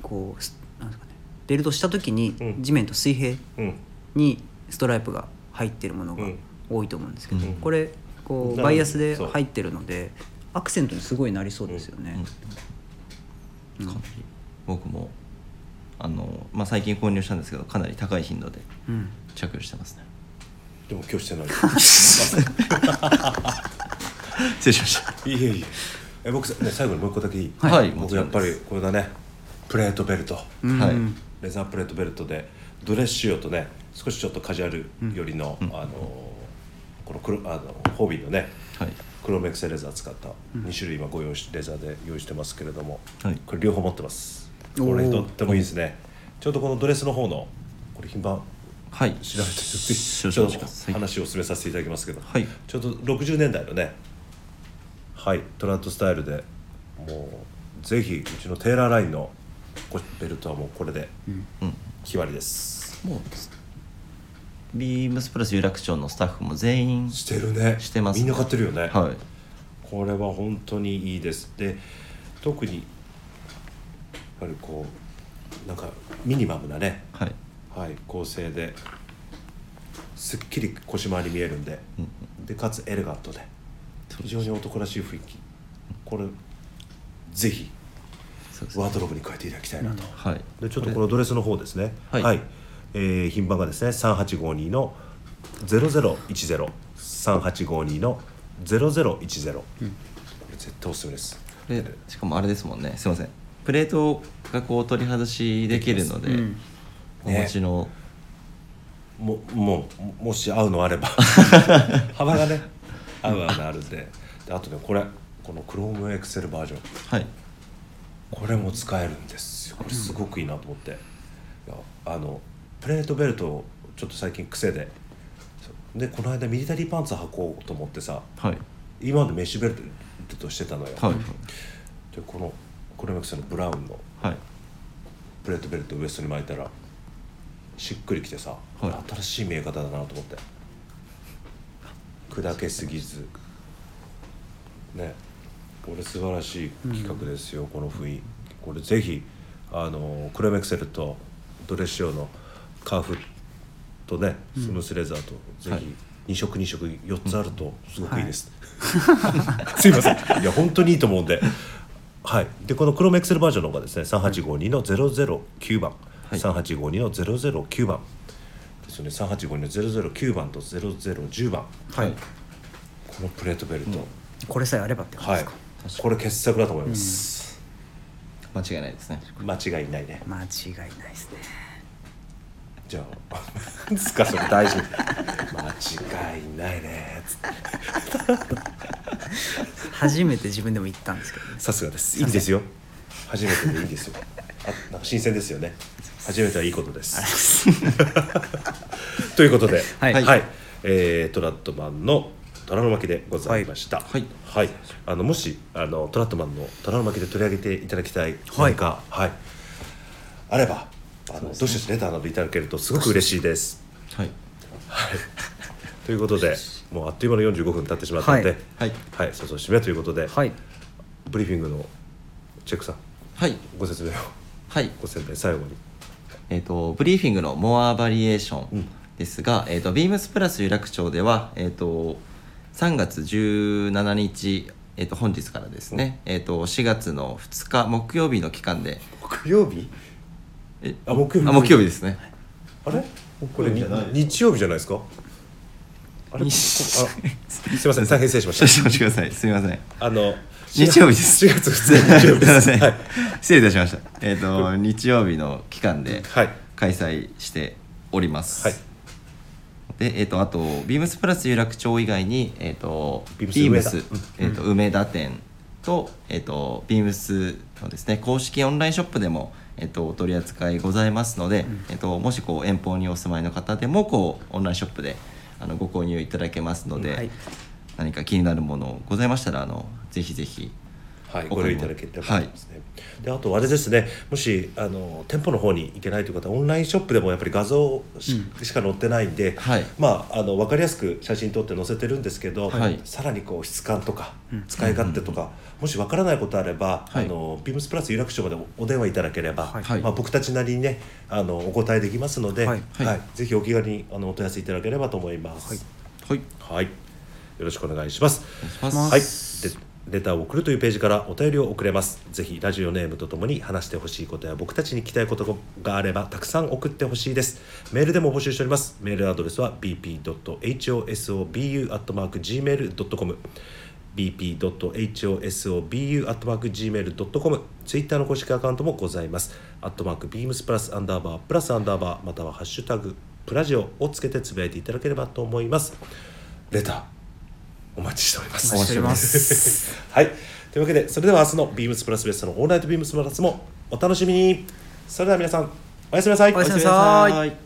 こうすなんですかねベルトした時に
うん
地面と水平
うん
にストライプが入ってるものが
うん
多いと思うんですけど、
うん
これこ
なるほ
う
ど
バイアスで
そう
入ってるのでアクセントにすごいなりそうですよね。
うんかなり僕もあの、まあ、最近購入したんですけどかなり高い頻度で
うん
着用してますね
でも今日して
(laughs)
ない
失礼しました
いえいええ僕、ね、最後にもう一個だけいい、
はいはいも
僕
ちろ
やっ
ん
ぱ
です
りこれだねプレートベルト
うん
はい
レザープレートベルトでドレッシュ用とね少しちょっとカジュアル寄りの、
うん
あのーこの黒あのホービーのね
はい
黒メックセレザー使った2種類今ご用意しレザーで用意してますけれども、
はい
これ両方持ってます
おー
これとってもいいですねちょうどこのドレスの方のこれ品番
はい
調べて
少
ちょ
々お
っ
待ちくださ
と
い
話を進めさせていただきますけど、
はい
ちょうど60年代のねはいトラントスタイルでもうぜひうちのテーラーラインのこベルトはもうこれで
うん
決まりです、
もうビームスプラス有楽町のスタッフも全員
してるね
してます
みんな買ってるよね、
はい
これは本当にいいですで特にやっぱりこうなんかミニマムなね、
はい、
はい、構成ですっきり腰回り見えるんで
うん
でかつエレガントで非常に男らしい雰囲気これぜひ
そうです
ワードローブに変えていただきたいなと、
はい
でちょっとこのドレスの方ですね
はい
えー品番がですね3852の00103852の0010、これ絶対おすすめです
これしかもあれですもんねすいませんプレートがこう取り外しできるので、
うん
お持ちの、
ももうもし合うのあれ
(laughs)
ば幅がね合う合うのあるんでであとねこれこの Chrome エクセルバージョン
はい
これも使えるんですよこれすごくいいなと思って、いやあのプレートベルトをちょっと最近癖ででこの間ミリタリーパンツ履こうと思ってさ
はい
今までメッシュベルトしてたのよ、
はい
でこのクロメックスのブラウンの
はい
プレートベルトをウエストに巻いたらしっくりきてさ、
はい
新しい見え方だなと思って砕けすぎずねこれ素晴らしい企画ですよ、この不意これぜひあのクレメクセルとドレッシオのカーフとねスムースレザーとぜ
はい
ひ2色2色4つあるとすごくいいです、 (laughs) すいませんいや本当にいいと思うんではいでこのクロムエクセルバージョンの方がですね3852の009番、
はい
3852の009番ですよね3852の009番と0010番
はい
このプレートベルト、
これさえあればってことで
はい
すか、
これ傑作だと思います、
間違いないですね
間違いないね
間違いないですね
じゃあ何 (laughs) ですかそれ大事間違いないねつって
初めて自分でも言ったんですけどね
さすがですいいんですよ初めてでいいんですよあなんか新鮮ですよね初めてはいいことです (laughs) ということで
はい
えートラットマンの虎の巻きでございました
はい
はいあのもしあのトラットマンの虎の巻きで取り上げていただきたい
はい
何か、はいあればあの、どしどしレターなどいただけるとすごく嬉しいです
はい
ということでもうあっという間の45分経ってしまったので、
はい
はい
はい、そろそろ締めということで、
はい
ブリーフィングのチェックさん
はい
ご説明を (laughs)
はい
ご説明最後に
えー、とブリーフィングの「モアバリエーショ
うん
ン」ですが、えー、とビームスプラス有楽町では、えー、と3月17日、えー、と本日からですね、えー、と4月の2日木曜日の期間で
木曜日
え
あ木曜日
あ木曜日ですね
あれこれ
木曜日じゃないですか
日曜日じゃないですかあれここあ
日
すいません大変失礼しま
少
し (laughs)
々お待ちくださいすみません
たあの
日曜日です
4月2日日曜日
(laughs)
です (laughs) す
いません、
はい、
失礼いたしましたえっ、と日曜日の期間で
はい
開催しております、
はい
でえっ、とあとビームスプラス有楽町以外にえっ、と
ビー
ビー
ム
ム
ス
ス
梅田
えっ、と梅田店とえっ、とビームスのですね公式オンラインショップでもえっとお取り扱いございますので、えっともしこう遠方にお住まいの方でもこうオンラインショップであのご購入いただけますので、
はい
何か気になるものございましたらあのぜひぜひ
はい、ご利用いただければと思いますね、であとあれですねもしあの店舗の方に行けないという方はオンラインショップでもやっぱり画像し,、か載ってないんで、
はい
まああの分かりやすく写真撮って載せてるんですけど、
はい
さらにこう質感とか、使い勝手とか、もし分からないことあれば、
はい
あのビームスプラス有楽町までおお電話いただければ、
はい
まあ、僕たちなりにねあのお答えできますので、
は
はいい
はい
ぜひお気軽にあのお問い合わせいただければと思います。
はい
はい、よろしくお願いします。
お願いします、
ま
はい、でレターを送るというページからお便りを送れます。ぜひラジオネームとともに話してほしいことや僕たちに聞きたいことがあればたくさん送ってほしいです。メールでも募集しております。メールアドレスは bp.hosobu.gmail.com bp.hosobu.gmail.com ツイッターの公式アカウントもございます。アットマークビームスプラスアンダーバープラスアンダーバーまたはハッシュタグプラジオをつけてつぶやいていただければと思います。レターお待ちしております。
お待ちしております。
はい。というわけで、それでは明日のビームスプラスベストのオールナイトビームスプラスもお楽しみに。それでは皆さん、おやすみなさい。
おやすみなさい
はい